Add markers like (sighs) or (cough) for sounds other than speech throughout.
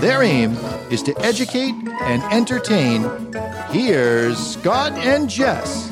Their aim is to educate and entertain. Here's Scott and Jess.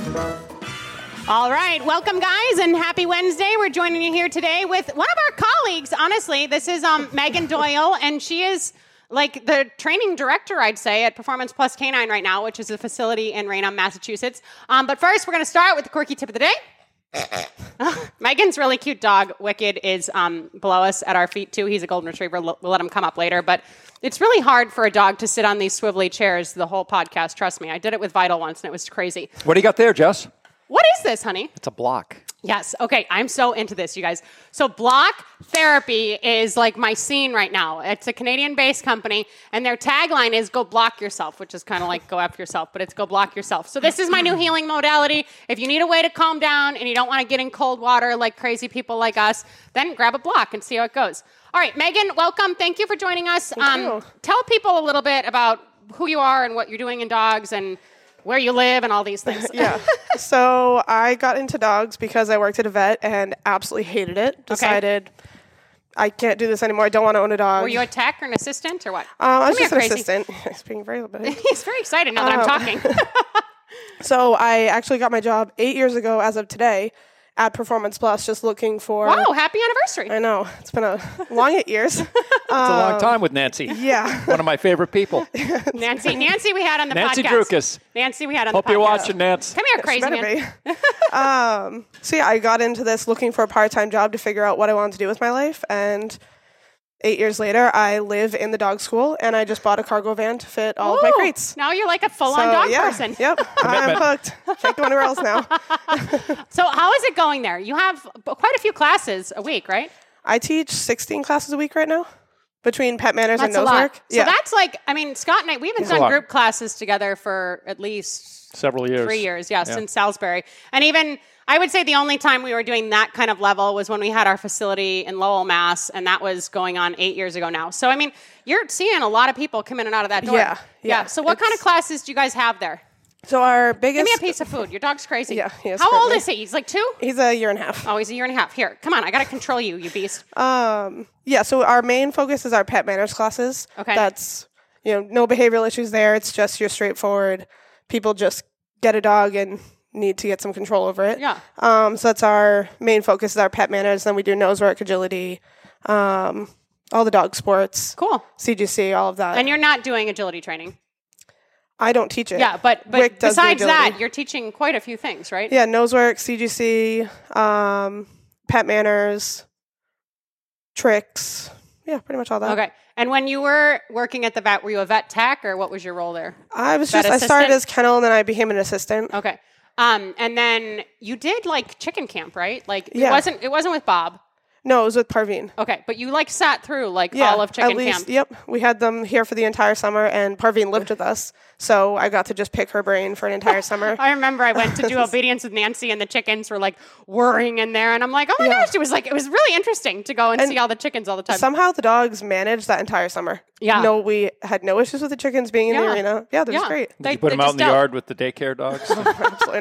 All right, welcome guys, and happy Wednesday. We're joining you here today with one of our colleagues. Honestly, this is um, Megan Doyle, and she is like the training director, I'd say, at Performance Plus Canine right now, which is a facility in Raynham, Massachusetts. Um, but first, we're going to start with the quirky tip of the day. (laughs) Megan's really cute dog, Wicked, is um, below us at our feet too. He's a golden retriever. L- We'll let him come up later, but it's really hard for a dog to sit on these swivelly chairs the whole podcast. Trust me, I did it with Vital once, and it was crazy. What do you got there, Jess? What is this, honey? It's a block. Yes. Okay. I'm so into this, you guys. So, Block Therapy is like my scene right now. It's a Canadian based company, and their tagline is go block yourself, which is kind of like go F yourself, but it's go block yourself. So, this is my new healing modality. If you need a way to calm down and you don't want to get in cold water like crazy people like us, then grab a block and see how it goes. All right, Megan, welcome. Thank you for joining us. um, Tell people a little bit about who you are and what you're doing in dogs and where you live and all these things. (laughs) yeah. So I got into dogs because I worked at a vet and absolutely hated it. Decided I can't do this anymore. I don't want to own a dog. Were you a tech or an assistant or what? um, I Come was just here, an crazy. assistant. (laughs) It's being (laughs) very limited. He's very excited now Oh. that I'm (laughs) talking. (laughs) so I actually got my job eight years ago, as of today, at Performance Plus, just looking for. wow, happy anniversary. I know it's been a long eight years. (laughs) It's a long time with Nancy. Uh, (laughs) yeah. One of my favorite (laughs) people. Nancy, Nancy we had on the Nancy podcast. Drukas. Nancy we had on Hope the podcast. you're watching, Nance. Come here, crazy Better man. be. (laughs) um, so yeah, I got into this looking for a part-time job to figure out what I wanted to do with my life, and eight years later, I live in the dog school, and I just bought a cargo van to fit all of my Ooh, crates. Now you're like a full-on So, dog yeah, person. (laughs) Yep, I'm hooked. Can't go anywhere else now. So how is it going there? You have b- quite a few classes a week, right? I teach 16 classes a week right now between pet manners and That's a nose lot. work. So that's like, I mean, Scott and I, we haven't a done lot. group classes together for at least Several years. three years, yeah, Yeah. since Salisbury. And even I would say the only time we were doing that kind of level was when we had our facility in Lowell, Mass, and that was going on eight years ago now. So I mean, you're seeing a lot of people come in and out of that door. Yeah, yeah. So what kind of It's- classes do you guys have there? so our Give biggest. me a piece of food. Your dog's crazy. Yeah, he is How old currently. is he? He's like two. He's a year and a half. Oh, he's a year and a half. Here, come on. I gotta control you, you beast. Um, yeah, so our main focus is our pet manners classes. Okay. That's, you know, no behavioral issues there. It's just your straightforward people just get a dog and need to get some control over it. Yeah. Um, so that's our main focus is our pet manners. Then we do nose work, agility, um, all the dog sports, Cool. CGC, all of that. And you're not doing agility training. I don't teach it. Yeah, but but Rick does the besides agility. that, you're teaching quite a few things, right? Yeah, nose work, CGC, um, pet manners, tricks. Yeah, pretty much all that. Okay. And when you were working at the vet, were you a vet tech or what was your role there? I was Vet just I started as assistant? kennel and then I became an assistant. Okay. Um, and then you did like chicken camp, right? Like it Yeah. wasn't it wasn't with Bob. No, it was with Parveen. Okay, but you like sat through like all of chicken at least, camp. Yep, we had them here for the entire summer, and Parveen lived with us, so I got to just pick her brain for (laughs) an entire summer. I remember I went (laughs) to do obedience with Nancy and the chickens were like whirring in there and I'm like, Oh my gosh, it was like it was really interesting to go and, see all the chickens all the time. Somehow the dogs managed that entire summer. Yeah. no, we had no issues with the chickens being in Yeah. the arena. Yeah, that yeah. was great. They, you put they him out just in the don't. yard with the daycare dogs. (laughs) Absolutely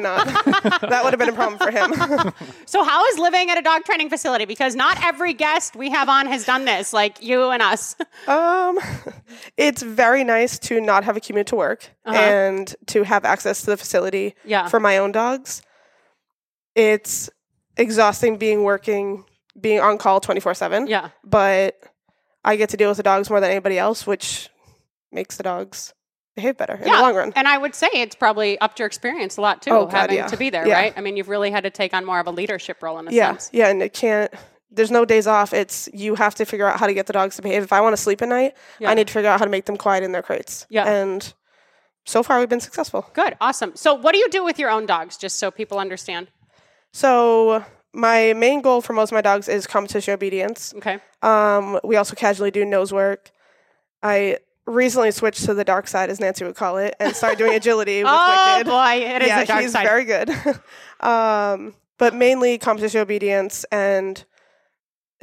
(laughs) not. that would have been a problem for him. So how is living at a dog training facility? Because not every guest we have on has done this, like you and (laughs) us. um, it's very nice to not have a commute to work and to have access to the facility Uh-huh. Yeah. for my own dogs. It's exhausting being working, being on call twenty four seven. yeah. but I get to deal with the dogs more than anybody else, which makes the dogs behave better in the long run. And I would say it's probably upped your experience a lot too, Oh, God, having yeah. to be there, Yeah. right? I mean, you've really had to take on more of a leadership role in a Yeah, sense. yeah, and it can't. There's no days off. It's you have to figure out how to get the dogs to behave. If I want to sleep at night, Yeah. I need to figure out how to make them quiet in their crates. Yeah. and so far we've been successful. Good, awesome. So, what do you do with your own dogs, just so people understand? So my main goal for most of my dogs is competition obedience. Okay. Um, we also casually do nose work. I recently switched to the dark side, as Nancy would call it, and started doing agility with (laughs) Oh Wicked. boy, it is yeah, a dark he's side. very good. (laughs) um, but mainly competition obedience and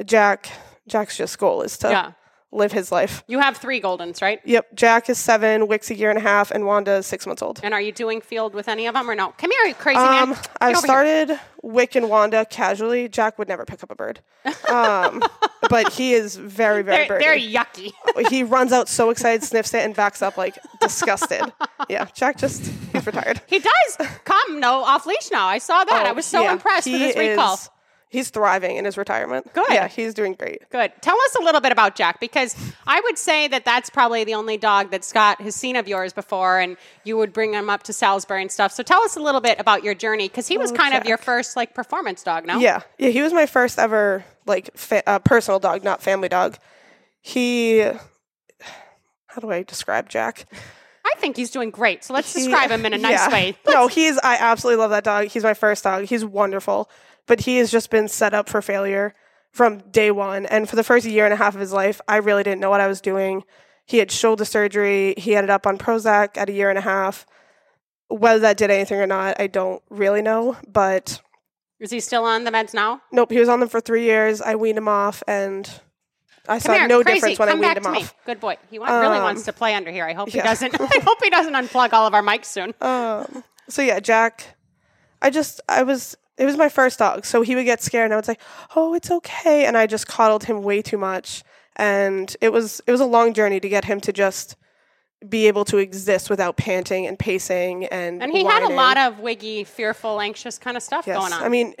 Jack. Jack's just goal is to yeah, live his life. you have three goldens, right? Yep, Jack is seven, Wick's a year and a half, and Wanda is six months old. And are you doing field with any of them or no? Come here, you crazy Um, man. I've over here. started Wick and Wanda casually. Jack would never pick up a bird, (laughs) um, but he is very, very They're, birdy. they're yucky. (laughs) he runs out so excited, sniffs it, and backs up like disgusted. yeah, Jack just he's retired. He does come no off leash now. I saw that. I was so Oh, Yeah, impressed with he his recall. is- he's thriving in his retirement. Good. Yeah, he's doing great. Good. Tell us a little bit about Jack because I would say that that's probably the only dog that Scott has seen of yours before, and you would bring him up to Salisbury and stuff. So tell us a little bit about your journey because he was kind of your first like performance dog, no? Oh, Yeah, yeah. He was my first ever like fa- uh, personal dog, not family dog. He, how do I describe Jack? I think he's doing great. So let's He- describe him in a nice yeah. way. (laughs) No, he's. I absolutely love that dog. He's my first dog. He's wonderful, but he has just been set up for failure from day one. And for the first year and a half of his life, I really didn't know what I was doing. He had shoulder surgery. He ended up on Prozac at a year and a half. Whether that did anything or not, I don't really know. But Is he still on the meds now? nope, he was on them for three years. I weaned him off, and I saw Come here, no crazy. difference when Come I back weaned him to off. me. Good boy. He wa- really Um, wants to play under here. I hope yeah. he (laughs) doesn't. I hope he doesn't unplug all of our mics soon. Um, so yeah, Jack, I just I was it was my first dog, so he would get scared, and I was like, "Oh, it's okay," and I just coddled him way too much, and it was it was a long journey to get him to just be able to exist without panting and pacing and and he had a lot of wiggy, fearful, anxious kind of stuff going on. I mean,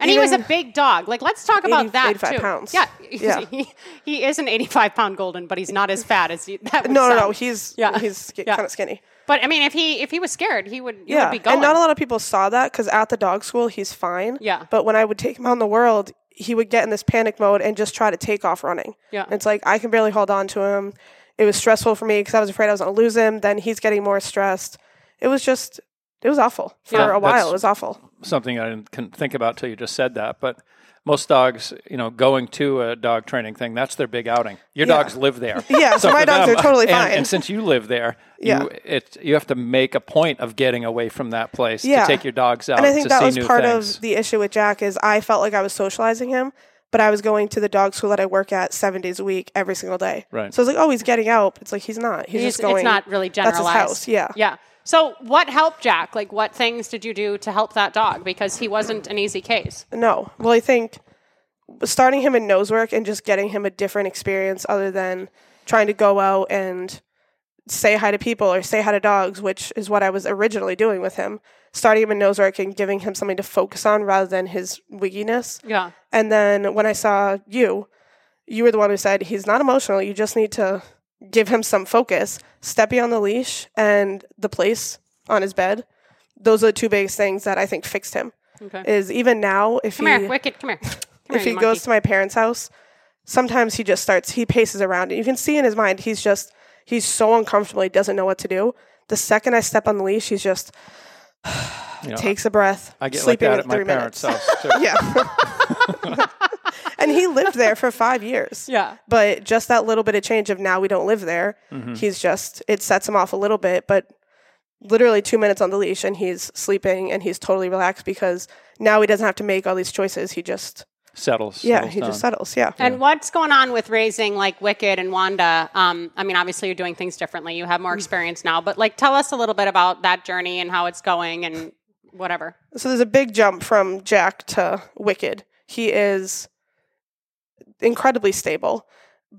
And he was a even- big dog. Like, let's talk about 80 that 85 too. pounds. Yeah, (laughs) Yeah. he, he is an eighty-five pound golden, but he's not as fat as he, that. Would no no no sound. he's Yeah. he's sk- Yeah. kind of skinny But I mean, if he if he was scared, he would he would yeah be going. and not a lot of people saw that because at the dog school he's fine Yeah. but when I would take him out in the world he would get in this panic mode and just try to take off running Yeah. It's like I can barely hold on to him. It was stressful for me because I was afraid I was going to lose him. Then he's getting more stressed. It was just, it was awful for Yeah, a while. that's- It (laughs) was awful. something I didn't con- think about till you just said that. But most dogs, you know, going to a dog training thing, that's their big outing. Your dogs live there. (laughs) Yeah, so my for dogs are totally and- fine. And since you live there, Yeah. you, it, you have to make a point of getting away from that place Yeah. to take your dogs out And I think to that see was new part things. of the issue with Jack is I felt like I was socializing him, but I was going to the dog school that I work at seven days a week every single day. Right. So I was like, oh, he's getting out. It's like he's not. He's, He's- just going. it's not really that's generalized. his house, yeah. Yeah. So what helped Jack? Like, what things did you do to help that dog? Because he wasn't an easy case. No. Well, I think starting him in nose work and just getting him a different experience other than trying to go out and say hi to people or say hi to dogs, which is what I was originally doing with him. Starting him in nose work and giving him something to focus on rather than his wigginess. Yeah. And then when I saw you, you were the one who said, he's not emotional. You just need to give him some focus. Steppy on the leash and the place on his bed. Those are the two biggest things that I think fixed him. Okay. Is even now, if Come he, here, Wicked. Come here. Come if he here, you goes monkey. to my parents' house, sometimes he just starts, he paces around. And you can see in his mind, he's just, he's so uncomfortable. He doesn't know what to do. The second I step on the leash, he's just You know, (sighs) takes a breath, I get like sleeping that in at my three minutes. parents' house. Too. (laughs) Yeah. and he lived there for five years. Yeah. But just that little bit of change of now we don't live there, Mm-hmm. he's just, it sets him off a little bit. But literally two minutes on the leash and he's sleeping and he's totally relaxed because now he doesn't have to make all these choices. He just, Settles. yeah, settles he down. just settles. Yeah. (laughs) And what's going on with raising like Wicked and Wanda? Um, I mean, obviously you're doing things differently. You have more experience now, but like, tell us a little bit about that journey and how it's going and whatever. so there's a big jump from Jack to Wicked. He is incredibly stable,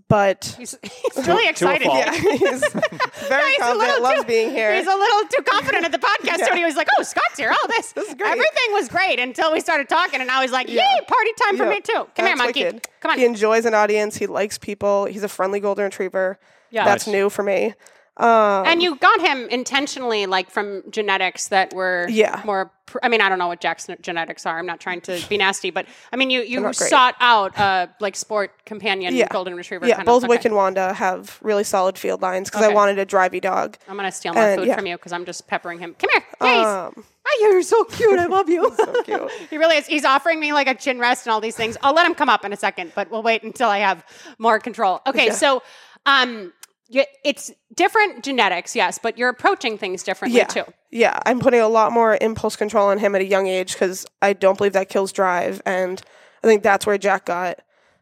but He's, (laughs) he's really to a excited. fault. yeah, (laughs) (laughs) he's very He's a confident. little Loves too- being here. He's a little too confident (laughs) at the podcast Yeah. studio. He was like, "Oh, Scott's here. Oh, this, This is great. Everything was great until we started talking, and now he's like, "Yay, party time for Yeah. me too. Come That's here, monkey. Wicked. Come on." He enjoys an audience. He likes people. He's a friendly golden retriever. Yeah. that's Nice. new for me. Um, and you got him intentionally, like from genetics that were Yeah. more. Pr- I mean, I don't know what Jack's n- genetics are. I'm not trying to be nasty, but I mean, you you not great. sought out a like sport companion, Yeah. golden retriever. yeah, kind both of, Wick okay. and Wanda have really solid field lines because I Okay. wanted a drivey dog. I'm gonna steal more and- food yeah. from you because I'm just peppering him. Come here, please. Um, Ah, you're so cute. I love you. (laughs) so cute. He really is. He's offering me like a chin rest and all these things. I'll let him come up in a second, but we'll wait until I have more control. Okay, so um, y- it's different genetics, yes, but you're approaching things differently yeah. too. Yeah, I'm putting a lot more impulse control on him at a young age because I don't believe that kills drive, and I think that's where Jack got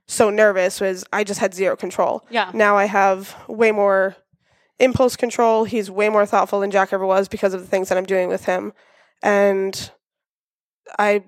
so nervous was I just had zero control. Yeah. Now I have way more impulse control. He's way more thoughtful than Jack ever was because of the things that I'm doing with him, and I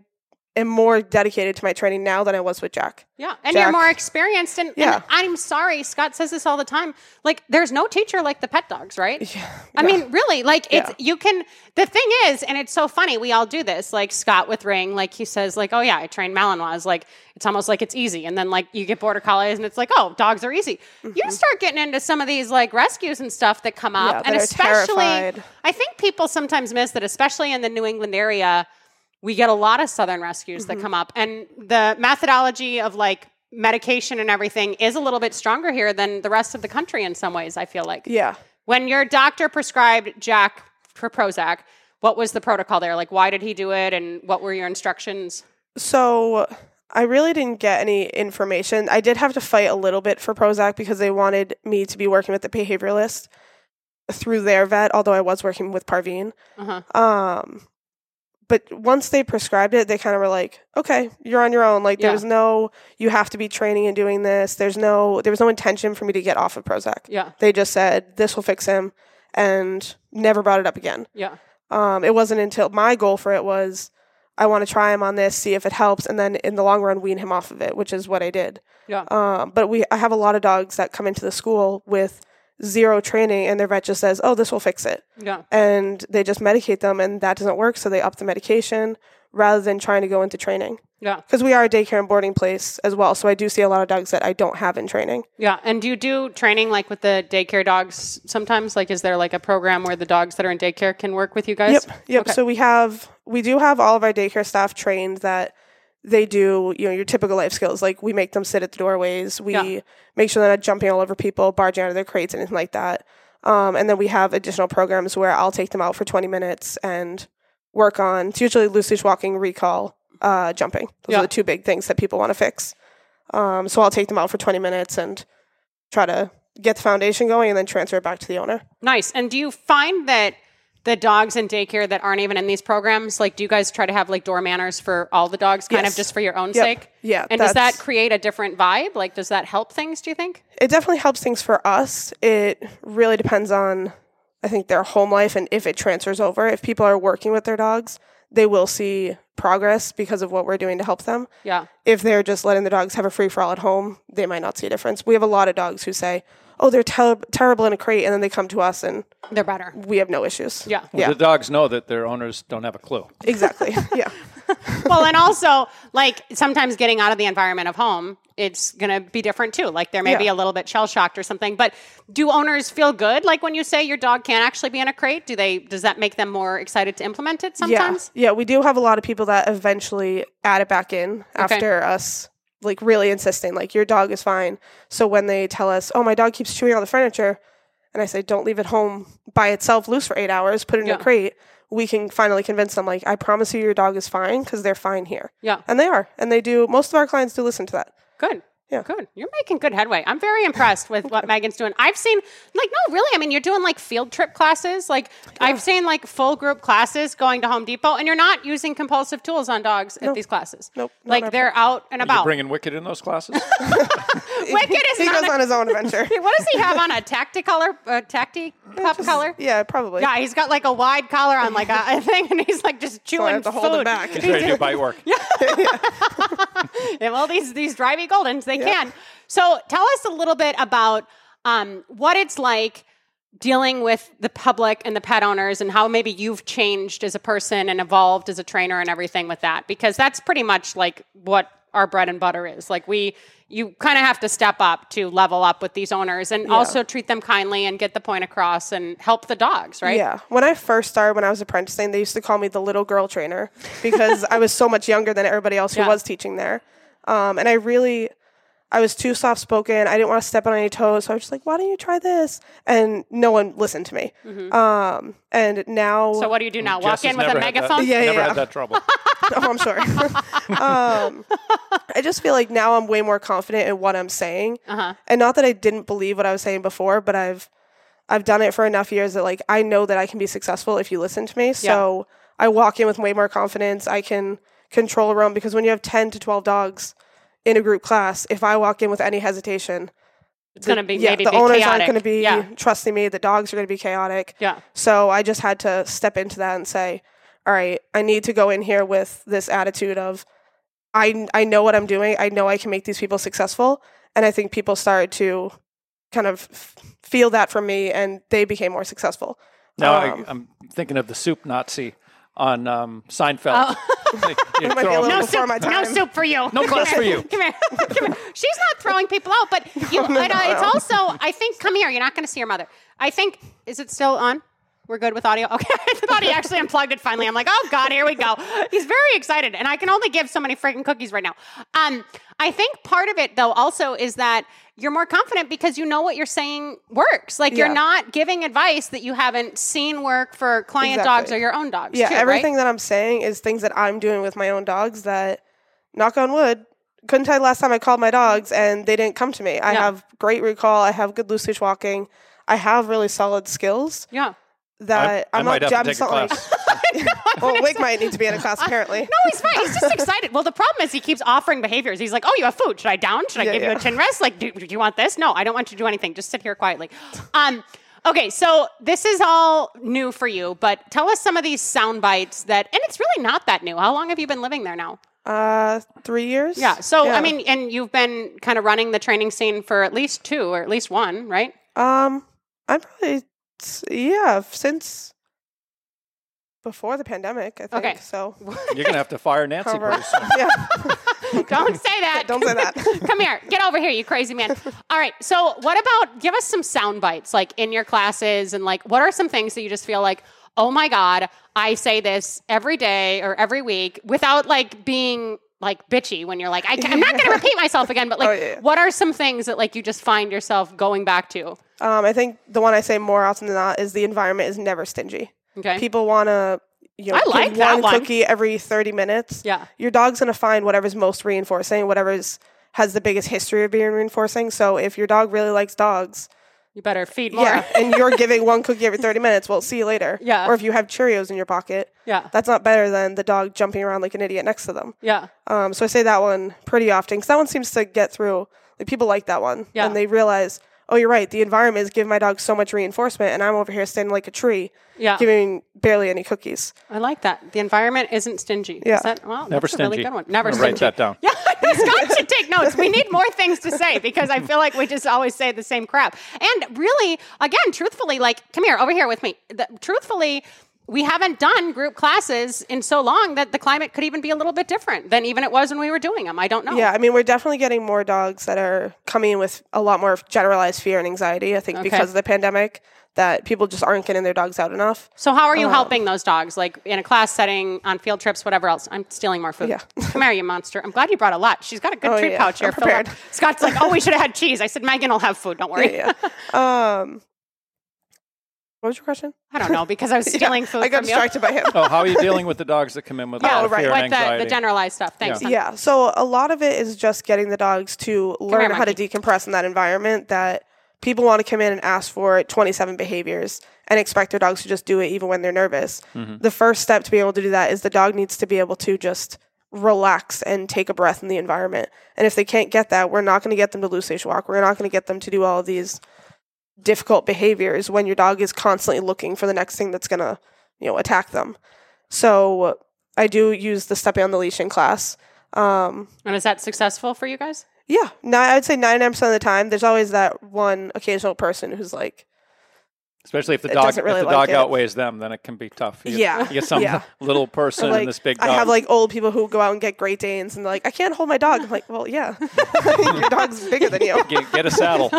am more dedicated to my training now than I was with Jack. Yeah, and Jack- you're more experienced. And, and Yeah. I'm sorry, Scott says this all the time. Like, there's no teacher like the pet dogs, right? I mean, really, like it's you can. The thing is, and it's so funny. We all do this. Like Scott with Ring, like he says, like, oh yeah, I trained Malinois. Like it's almost like it's easy. And then like you get border collies, and it's like, oh, dogs are easy. Mm-hmm. You start getting into some of these like rescues and stuff that come up, Yeah, and they're especially, terrified. I think people sometimes miss that, especially in the New England area we get a lot of southern rescues that come up and the methodology of like medication and everything is a little bit stronger here than the rest of the country in some ways i feel like Yeah. when your doctor prescribed jack for prozac what was the protocol there like why did he do it and what were your instructions So I really didn't get any information. I did have to fight a little bit for Prozac because they wanted me to be working with the behavioralist through their vet, although I was working with Parveen. uh-huh. Um, but once they prescribed it, they kind of were like, "Okay, you're on your own." Like there Yeah. was no, you have to be training and doing this. There's no, there was no intention for me to get off of Prozac. yeah They just said this will fix him, and never brought it up again. yeah Um, it wasn't until my goal for it was I want to try him on this, see if it helps, and then in the long run wean him off of it, which is what I did. yeah Um, but we I have a lot of dogs that come into the school with zero training, and their vet just says, "Oh, this will fix it," yeah and they just medicate them, and that doesn't work, so they up the medication rather than trying to go into training yeah because we are a daycare and boarding place as well. So I do see a lot of dogs that I don't have in training. yeah and do you do training like with the daycare dogs sometimes like is there like a program where the dogs that are in daycare can work with you guys Yep. Yep. So we have we do have all of our daycare staff trained that they do, you know, your typical life skills. Like we make them sit at the doorways. We Yeah. make sure they're not jumping all over people, barging out of their crates, anything like that. Um, and then we have additional programs where I'll take them out for twenty minutes and work on it's usually loose leash walking, recall, uh, jumping. Those Yeah. are the two big things that people want to fix. Um, so I'll take them out for twenty minutes and try to get the foundation going and then transfer it back to the owner. Nice. And do you find that the dogs in daycare that aren't even in these programs, like, do you guys try to have like door manners for all the dogs, kind Yes. of just for your own Yep. sake? Yeah, And does that that's- create a different vibe? Like, does that help things? Do you think? it definitely helps things for us. It really depends on, I think, their home life and if it transfers over. If people are working with their dogs, they will see progress because of what we're doing to help them. Yeah. If they're just letting the dogs have a free for all at home, they might not see a difference. We have a lot of dogs who say, oh, they're ter- terrible in a crate, and then they come to us and They're better. we have no issues. Yeah. Yeah. The dogs know that their owners don't have a clue. exactly. yeah. (laughs) well, and also, like, sometimes getting out of the environment of home, it's going to be different too. Like, there may be Yeah. a little bit shell shocked or something. But do owners feel good? Like, when you say your dog can't actually be in a crate, do they, does that make them more excited to implement it sometimes? Yeah. Yeah. We do have a lot of people that eventually add it back in after us, like really insisting, like, your dog is fine. So when they tell us, oh, my dog keeps chewing on the furniture, and I say, don't leave it home by itself loose for eight hours, put it in Yeah. a crate, we can finally convince them, like, I promise you your dog is fine because they're fine here. Yeah. And they are. And they do, most of our clients do listen to that. Good. Yeah. Good. You're making good headway. I'm very impressed with (laughs) what Megan's doing. I've seen like no, really. I mean, you're doing like field trip classes. Like I've seen like full group classes going to Home Depot, and you're not using compulsive tools on dogs at these classes. Nope, not Like at they're out and Are you about. bringing Wicked in those (laughs) classes? Wicked is He not. goes a- (laughs) on his own adventure. what does he have on a tacticolor? A (laughs) tacti pup color? yeah, probably. Yeah, he's got like a wide collar on like a, a thing, and he's like just chewing have to hold him food. back. He's Trying to do bite work. Yeah, well, these these drivey goldens, they can. So tell us a little bit about um, what it's like dealing with the public and the pet owners, and how maybe you've changed as a person and evolved as a trainer and everything with that, because that's pretty much like what our bread and butter is. Like we, you kind of have to step up to level up with these owners, and also treat them kindly and get the point across and help the dogs, right? Yeah. When I first started, when I was apprenticing, they used to call me the little girl trainer because I was so much younger than everybody else who Yeah. was teaching there. Um, and I really, I was too soft spoken. I didn't want to step on any toes. So I was just like, why don't you try this? And no one listened to me. Um, and now, Mm-hmm. So what do you do now? Jess Walk has in with a never had that- megaphone? Yeah, never yeah, yeah. had that trouble. (laughs) oh, I'm sure. um, I just feel like now I'm way more confident in what I'm saying, Uh-huh. and not that I didn't believe what I was saying before, but I've I've done it for enough years that like I know that I can be successful if you listen to me. So I walk in with way more confidence. I can control a room because when you have ten to twelve dogs in a group class, if I walk in with any hesitation, It's gonna be yeah, maybe the be owners chaotic. aren't going to be yeah. trusting me. The dogs are going to be chaotic. Yeah. So I just had to step into that and say, all right, I need to go in here with this attitude of, I, I know what I'm doing. I know I can make these people successful. And I think people started to kind of f- feel that from me and they became more successful. (laughs) Now Um, I, I'm thinking of the soup Nazi on um, Seinfeld. (laughs) You Oh. might be throw a him- little No before soup, my no time. soup for (laughs) you. No Come class here. for (laughs) you. Come here. (laughs) Come here. She's not throwing people out, but you, Oh, no, but, uh, it's no. also, I think, come here. You're not going to see your mother. I think, is it still on? We're good with audio? (laughs) Okay. I thought he actually unplugged it finally. I'm like, oh God, here we go. He's very excited. And I can only give so many freaking cookies right now. Um, I think part of it, though, also is that you're more confident because you know what you're saying works. Like you're Yeah. not giving advice that you haven't seen work for client dogs Exactly. or your own dogs. Yeah, too, right? everything that I'm saying is things that I'm doing with my own dogs that, knock on wood, couldn't tell you the last time I called my dogs and they didn't come to me. I Yeah. have great recall. I have good loose leash walking. I have really solid skills Yeah. that I Uh, I'm might not. have I'm to just take a not like. class. (laughs) Well, Wig might need to be in a (laughs) class apparently. No, he's fine. He's just excited. Well, the problem is he keeps offering behaviors. He's like, "Oh, you have food. Should I down? Should I Yeah, give you yeah. a chin rest? Like, do, do you want this? No, I don't want you to do anything. Just sit here quietly." Um, okay, so this is all new for you, but tell us some of these sound bites that, and it's really not that new. How long have you been living there now? Uh, three years. Yeah. So I mean, and you've been kind of running the training scene for at least two or at least one, (laughs) right? um, I'm probably s- yeah since before the pandemic. I think Okay. so. You're gonna have to fire Nancy However- pretty soon. (laughs) yeah, Don't say that. don't say that. Come here. Get over here, you crazy man. All right. So, what about give us some sound bites like in your classes and like what are some things that you just feel like, "Oh my god, I say this every day or every week" without like being like bitchy when you're like, I can, I'm not going to repeat myself again, but like (laughs) Oh, yeah, yeah. what are some things that like you just find yourself going back to? Um, I think the one I say more often than not is the environment is never stingy. Okay? People want to. You know, I like give that one one. cookie every 30 minutes. Yeah. Your dog's going to find whatever's most reinforcing, whatever's has the biggest history of being reinforcing. So if your dog really likes dogs, you better feed more. (laughs) Yeah, and you're giving one cookie every 30 minutes. Well, see you later. Yeah. Or if you have Cheerios in your pocket, Yeah. that's not better than the dog jumping around like an idiot next to them. yeah. Um, so I say that one pretty often because that one seems to get through. Like people like that one, Yeah. and they realize, oh, you're right. The environment is giving my dog so much reinforcement, and I'm over here standing like a tree, Yeah. giving barely any cookies. I like that. The environment isn't stingy. Yeah. Is that, well, Never that's stingy. a really good one. Never I'm gonna stingy. Write that down. Yeah, (laughs) Scott should take notes. We need more things to say because I feel like we just always say the same crap. And really, again, truthfully, like, come here, over here with me. The, truthfully, we haven't done group classes in so long that the climate could even be a little bit different than even it was when we were doing them. I don't know. Yeah, I mean, we're definitely getting more dogs that are coming in with a lot more generalized fear and anxiety. I think Okay. because of the pandemic, that people just aren't getting their dogs out enough. So how are uh, you helping those dogs, like in a class setting, on field trips, whatever else? I'm stealing more food. Yeah. Come here, you monster! I'm glad you brought a lot. She's got a good Oh, treat yeah. pouch here. I'm Fill up. prepared. Scott's like, oh, we should have had cheese. I said, Megan will have food. Don't worry. yeah. Um, what was your question? I don't know because I (laughs) was stealing food. I got from you. distracted by him. Oh, how are you dealing with the dogs that come in with a lot Yeah, of fear Oh, right. Like and the, anxiety? the generalized stuff. Thanks. Yeah. hon. Yeah. So a lot of it is just getting the dogs to learn here, how to decompress in that environment that people want to come in and ask for 27 behaviors and expect their dogs to just do it even when they're nervous. The first step to be able to do that is the dog needs to be able to just relax and take a breath in the environment. And if they can't get that, we're not going to get them to loose leash walk. We're not going to get them to do all of these difficult behaviors when your dog is constantly looking for the next thing that's going to, you know, attack them. So I do use the stepping on the leash in class. Um, And is that successful for you guys? yeah, no, I would say ninety nine percent of the time, there's always that one occasional person who's like, Especially if the It dog, doesn't really if the dog like it. outweighs them, then it can be tough. You, Yeah. you get some Yeah. little person like and this big dog. I have like old people who go out and get Great Danes and they're like, I can't hold my dog. I'm like, well, yeah, (laughs) your dog's bigger than you. get, get a (laughs) saddle.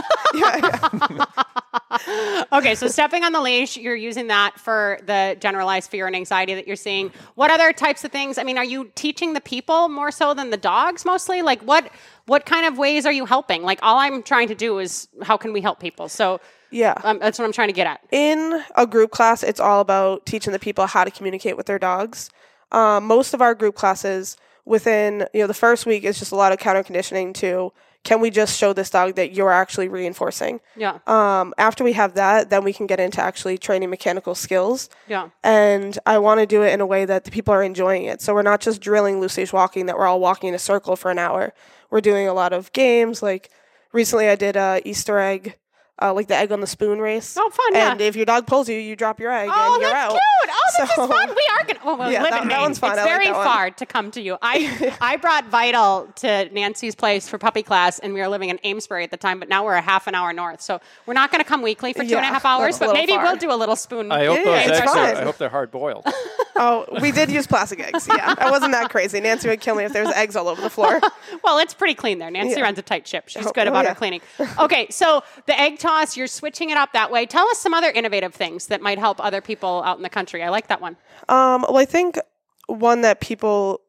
Okay, so stepping on the leash, you're using that for the generalized fear and anxiety that you're seeing. What other types of things? I mean, are you teaching the people more so than the dogs mostly? Like what what kind of ways are you helping? Like all I'm trying to do is how can we help people? So Yeah. um, that's what I'm trying to get at. in a group class, it's all about teaching the people how to communicate with their dogs. um, most of our group classes within you know the first week is just a lot of counter conditioning to can we just show this dog that you're actually reinforcing Yeah. um, after we have that then we can get into actually training mechanical skills Yeah. and i want to do it in a way that the people are enjoying it so we're not just drilling loose leash walking that we're all walking in a circle for an hour we're doing a lot of games like recently i did a easter egg uh, like the egg on the spoon race Oh, fun, yeah. and if your dog pulls you you drop your egg Oh, and you're that's out cute! Oh, this So- is fun. We are gonna. Oh, well, (laughs) Yeah, live that- in that Maine. one's fun. It's I like very that one. far to come to you. (laughs) I I brought Vital to Nancy's place for puppy class, and we were living in Amesbury at the time, but now we're a half an hour north. So we're not going to come weekly for two and a Yeah, half that's hours, a but little maybe far. we'll do a little spoon. I hope Yeah, those it's eggs fine. are, I hope they're hard boiled. Oh, we did use plastic eggs. Yeah, I wasn't that crazy. Nancy would kill me if there was eggs all over (laughs) the floor. Well, it's pretty clean there. Nancy runs a tight ship. She's good oh, about yeah. her (laughs) cleaning. Okay, so the egg toss, you're switching it up that way. Tell us some other innovative things that might help other people out in the country. I like that one. Um, well, I think one that people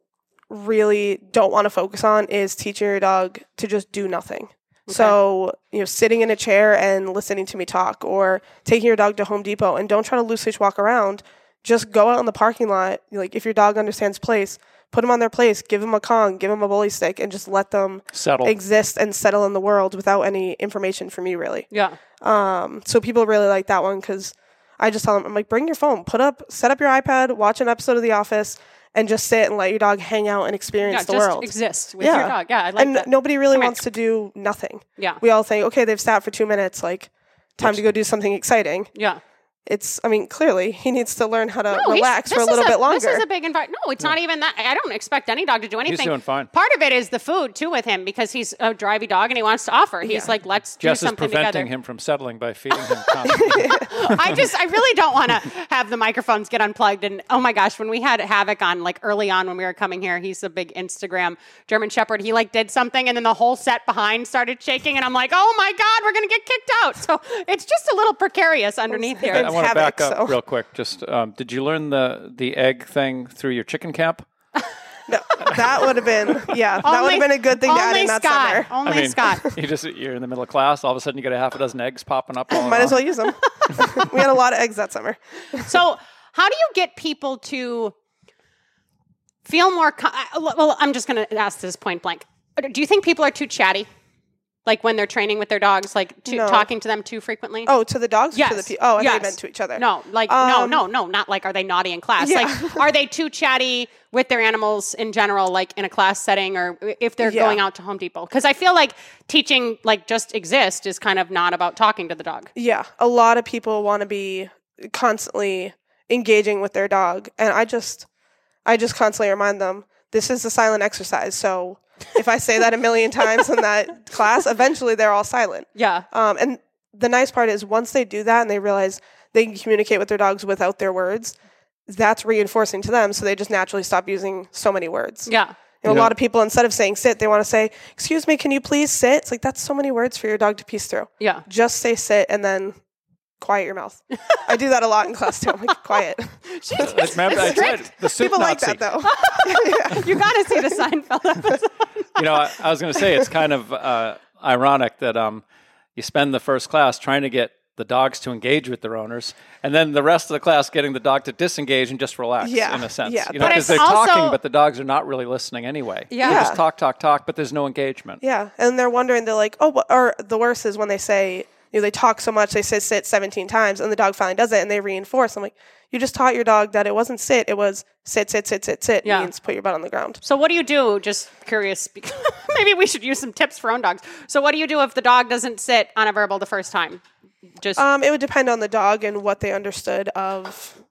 really don't want to focus on is teaching your dog to just do nothing. So, you know, sitting in a chair and listening to me talk or taking your dog to Home Depot and don't try to loose leash walk around. Just go out in the parking lot. Like, if your dog understands place, put them on their place, give them a Kong, give them a bully stick, and just let them Settle. exist and settle in the world without any information from you, really. Yeah. Um, so people really like that one because I just tell them, I'm like, bring your phone, put up, set up your iPad, watch an episode of The Office, and just sit and let your dog hang out and experience Yeah, the just world. exist with your dog. Yeah, I like and that. nobody really Come here. wants to do nothing. Yeah. We all think, okay, they've sat for two minutes, like, time to go do something exciting. Yeah. It's, I mean, clearly he needs to learn how to No, Oh, he's- relax for a this little is bit longer. This is a big environment. No, it's not even that. I don't expect any dog to do anything. doing fine. Part of it is the food too with him because he's a drivey dog and he wants to offer. He's like, let's Jess do is something preventing together. him from settling by feeding him (laughs) constantly. I just, I really don't want to have the microphones get unplugged. And oh my gosh, when we had Havoc on, like early on when we were coming here, he's a big Instagram German Shepherd. He like did something and then the whole set behind started shaking. And I'm like, oh my God, we're going to get kicked out. So it's just a little precarious underneath here. I want to havoc, back up so- real quick. Just um, did you learn the the egg thing through your chicken camp? No, that would have been, yeah, that would have been a good thing to add only in that Scott, summer. Only Scott. (laughs) You just you're in the middle of class. All of a sudden, you get a half a dozen eggs popping up. All Might as around. well use them. (laughs) we had a lot of eggs that summer. So, how do you get people to feel more? Co- I- well, I'm just going to ask this point blank. Do you think people are too chatty, like when they're training with their dogs, like too, No. talking to them too frequently? Oh, to the dogs Yes. or to the people? Oh, I thought you yes. meant to each other. No, like Um, no, no, no, not like are they naughty in class? Yeah. Like are they too chatty with their animals in general, like in a class setting, or if they're Yeah. going out to Home Depot? Because I feel like teaching, like just exist, is kind of not about talking to the dog. Yeah, a lot of people want to be constantly engaging with their dog, and I just, I just constantly remind them this is a silent exercise. (laughs) So if I say that a million times in that class, eventually they're all silent. Yeah, Um, and the nice part is once they do that and they realize they can communicate with their dogs without their words, that's reinforcing to them. So they just naturally stop using so many words. yeah. You know, A lot of people, instead of saying sit, they want to say, Excuse me, can you please sit? It's like, that's so many words for your dog to piece through. Yeah. Just say sit and then quiet (laughs) your mouth. I do that a lot in class too. I'm like, quiet. I remember- I (laughs) tried the soup People like Nazi. (laughs) that though. You got to see the Seinfeld episode. you know, I, I was going to say it's kind of uh, ironic that um, you spend the first class trying to get the dogs to engage with their owners, and then the rest of the class getting the dog to disengage and just relax. Yeah, in a sense, yeah. you know, But because it's they're also- talking, but the dogs are not really listening anyway. Yeah. they just talk, talk, talk, but there's no engagement. Yeah. And they're wondering, they're like, Oh, what? or the worst is when they say, you know, they talk so much, they say sit 17 times and the dog finally does it and they reinforce. I'm like, You just taught your dog that it wasn't sit, it was sit, sit, sit, sit, sit. Yeah. means put your butt on the ground. So what do you do? Just curious. because- (laughs) Maybe we should use some tips for own dogs. So what do you do if the dog doesn't sit on a verbal the first time? Just Um, it would depend on the dog and what they understood of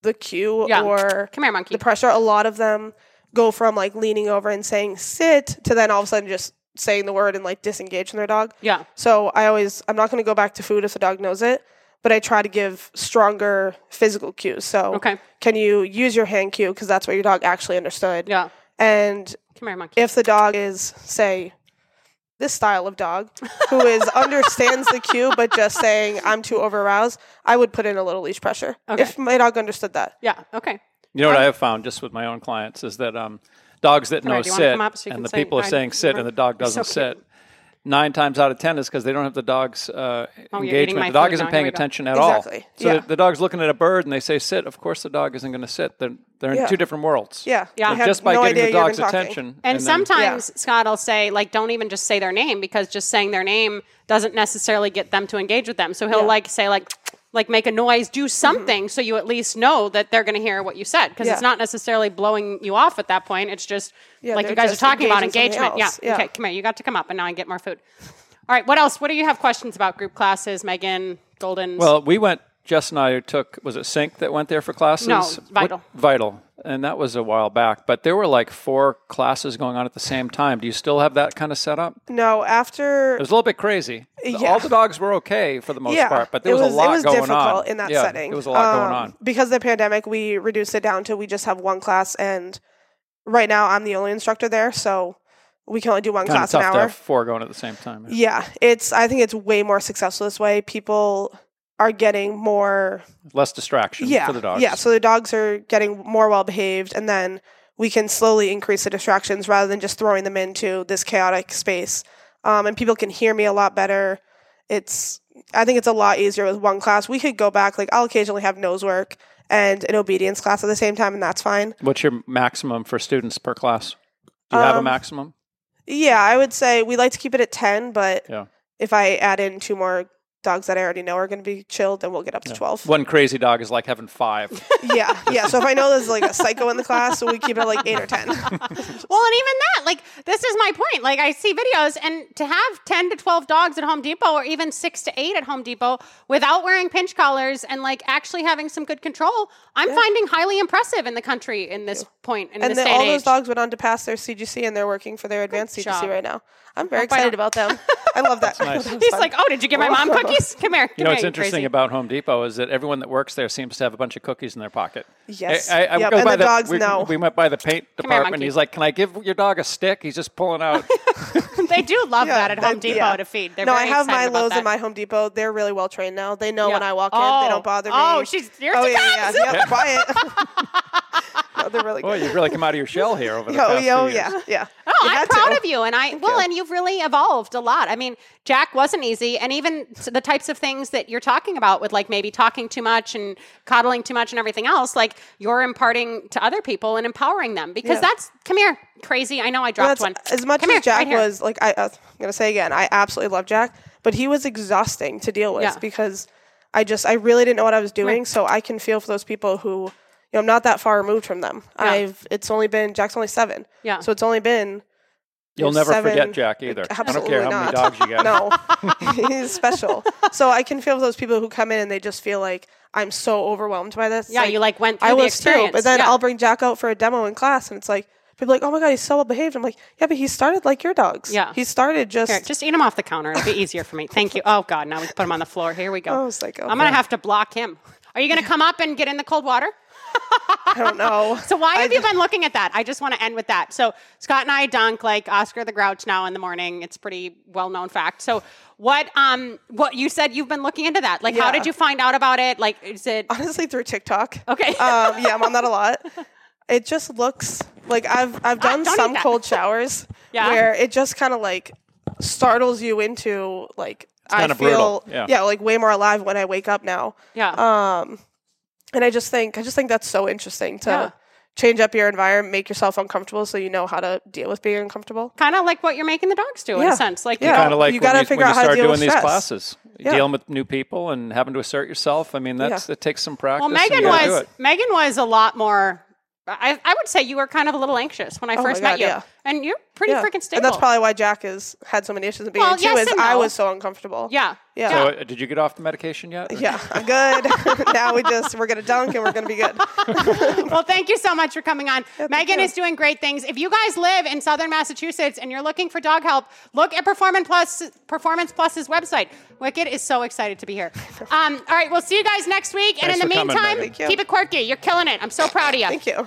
the cue Yeah. or come here, monkey. the pressure. A lot of them go from like leaning over and saying sit to then all of a sudden just saying the word and like disengage from their dog. yeah, So I always I'm not going to go back to food if the dog knows it, but I try to give stronger physical cues. So Okay. can you use your hand cue because that's what your dog actually understood. yeah. And Come here, monkey. if the dog is say this style of dog who (laughs) is understands the cue but just saying i'm too overroused i would put in a little leash pressure Okay. if my dog understood that yeah. Okay. You know what I have found just with my own clients is that um, dogs that know here, do you wanna sit come up so you and can the say people are hi? saying sit and the dog (laughs) doesn't so sit. cute. nine times out of ten is because they don't have the dog's uh, Oh, you're eating engagement. my The dog food isn't now. paying Here we go. attention at all. Exactly. So Yeah. the, the dog's looking at a bird and they say sit. Of course, the dog isn't going to sit. They're, they're in Yeah. two different worlds. Yeah. Yeah. I had Just by no getting the idea you were dog's even talking. attention. And, then- sometimes Scott will say, like, don't even just say their name because just saying their name doesn't necessarily get them to engage with them. So he'll like say, like, like make a noise, Mm-hmm. do something, so you at least know that they're going to hear what you said because Yeah. it's not necessarily blowing you off at that point. It's just Yeah, like you they're guys are just talking about engaging engagement. somebody Yeah. else. Yeah. Okay, come here. You got to come up, and now I get more food. All right. What else? What do you have questions about group classes, Megan? Golden. Well, we went. Jess and I took was it Sync that went there for classes? No, Vital. What- vital, and that was a while back. But there were like four classes going on at the same time. Do you still have that kind of setup? It No, after was a little bit crazy. The- Yeah. All the dogs were okay for the most yeah, part, but there it was, a lot it was going difficult on in that Yeah, setting. There was a lot going Um, on. because of the pandemic. We reduced it down to we just have one class, and right now I'm the only instructor there, so we can only do one Kind of class an tough to hour. have four going at the same time. Yeah, it's. I think it's way more successful this way. People are getting more. Less distraction Yeah, for the dogs. yeah. So the dogs are getting more well behaved, and then we can slowly increase the distractions rather than just throwing them into this chaotic space. Um, and people can hear me a lot better. It's. I think it's a lot easier with one class. We could go back. Like I'll occasionally have nose work and an obedience class at the same time, and that's fine. What's your maximum for students per class? Do you have a Um, maximum? Yeah, I would say we like to keep it at ten, but Yeah. if I add in two more dogs that I already know are going to be chilled, then we'll get up to twelve. One crazy dog is like having five. Yeah, yeah. So if I know there's like a psycho in the class, so we keep it at like eight or ten. (laughs) Well, and even that, like, this is my point. Like, I see videos, and to have 10 to 12 dogs at Home Depot or even six to eight at Home Depot without wearing pinch collars and, like, actually having some good control, I'm finding highly impressive in the country in this point, in And this then day all and those age. dogs went on to pass their CGC, and they're working for their advanced CGC job. right now. I'm very I excited don't- (laughs) about them. I love that. (laughs) nice. That was He's fun. like, oh, did you give my mom (laughs) cookies? Come here. Come You know here, what's interesting crazy. about Home Depot is that everyone that works there seems to have a bunch of cookies in their pocket. Yes. I, I, I Yep, go and by the dogs we, know. We went by the paint here, department. monkey. he's like, "Can I give your dog a stick?" He's just pulling (laughs) out. they do love Yeah, that at Home that- Depot yeah. to feed. They're no, I very have my excited about Lowe's that. and my Home Depot. They're really well trained now. They know Yeah. when I walk in. Oh. They don't bother me. Oh, she's- here oh, she yeah, comes. yeah, (laughs) yeah. Quiet. (laughs) no, they're really Boy, good. you've really come out of your shell here over the Oh, past yeah, oh, few years. yeah, yeah. No, They I'm had to. proud of you, and I well, and you've really evolved a lot. I mean, Jack wasn't easy, and even s- the types of things that you're talking about with like maybe talking too much and coddling too much and everything else, like you're imparting to other people and empowering them because Yeah. that's come here, crazy. I know I Well, dropped one. that's- As much Come as here, Jack right here. was, like I, uh, I'm gonna say again, I absolutely love Jack, but he was exhausting to deal with Yeah. because I just I really didn't know what I was doing. So I can feel for those people who you know I'm not that far removed from them. I've it's only been Jack's only seven. Yeah. So it's only been. You'll never seven- forget Jack either. I don't Absolutely care how many not. dogs you got. (laughs) No, he's special. So I can feel for those people who come in and they just feel like I'm so overwhelmed by this. It's Yeah, you, like, went through I the was too, experience. but then Yeah. I'll bring Jack out for a demo in class, and it's like people are like, oh my god, he's so well behaved. I'm like, yeah, but he started like your dogs. Yeah. he started just Here, just eat him off the counter. It'll be easier for me. Thank you. Oh God, now we put him on the floor. Here we go. Oh, psycho. I'm gonna have to block him. Are you gonna come up and get in the cold water? I don't know. (laughs) So why have you been looking at that? I just want to end with that. So Scott and I dunk like Oscar the Grouch now in the morning. It's pretty well known fact. So what um what you said you've been looking into that. Like how Yeah. Uh, did you find out about it? Like is it honestly through TikTok. Okay. Um, yeah, I'm on that a lot. It just looks like I've I've done don't eat some that. (laughs) cold showers Yeah. where it just kind of like startles you into like I kinda feel brutal. Yeah. like way more alive when I wake up now. yeah. uh, And I just think I just think that's so interesting to Yeah. change up your environment, make yourself uncomfortable so you know how to deal with being uncomfortable. kind of like what you're making the dogs do in Yeah. a sense. Like Yeah. you Kind know, of like You when, gotta you, figure when out you how to start deal doing with these stress. classes, Yeah. dealing with new people and having to assert yourself. I mean, that's Yeah. it takes some practice. well and Megan you gotta do was it. Megan was a lot more I, I would say you were kind of a little anxious when I Oh my first God, met you. yeah. And you're pretty Yeah. freaking stable. And that's probably why Jack has had so many issues in the beginning Well, too, yes is and I no. was so uncomfortable. yeah. Yeah. So, uh, did you get off the medication yet? or- Yeah, I'm good. (laughs) now we just we're gonna dunk and we're gonna be good. (laughs) well, thank you so much for coming on. Megan you. is doing great things. If you guys live in Southern Massachusetts and you're looking for dog help, look at Performance Plus Performance Plus's website. Wicked is so excited to be (laughs) here. Um, all right, we'll see you guys next week. and in Thanks the for coming, meantime, Megan. Thank you. keep it quirky. You're killing it. I'm so proud of you. Thank you.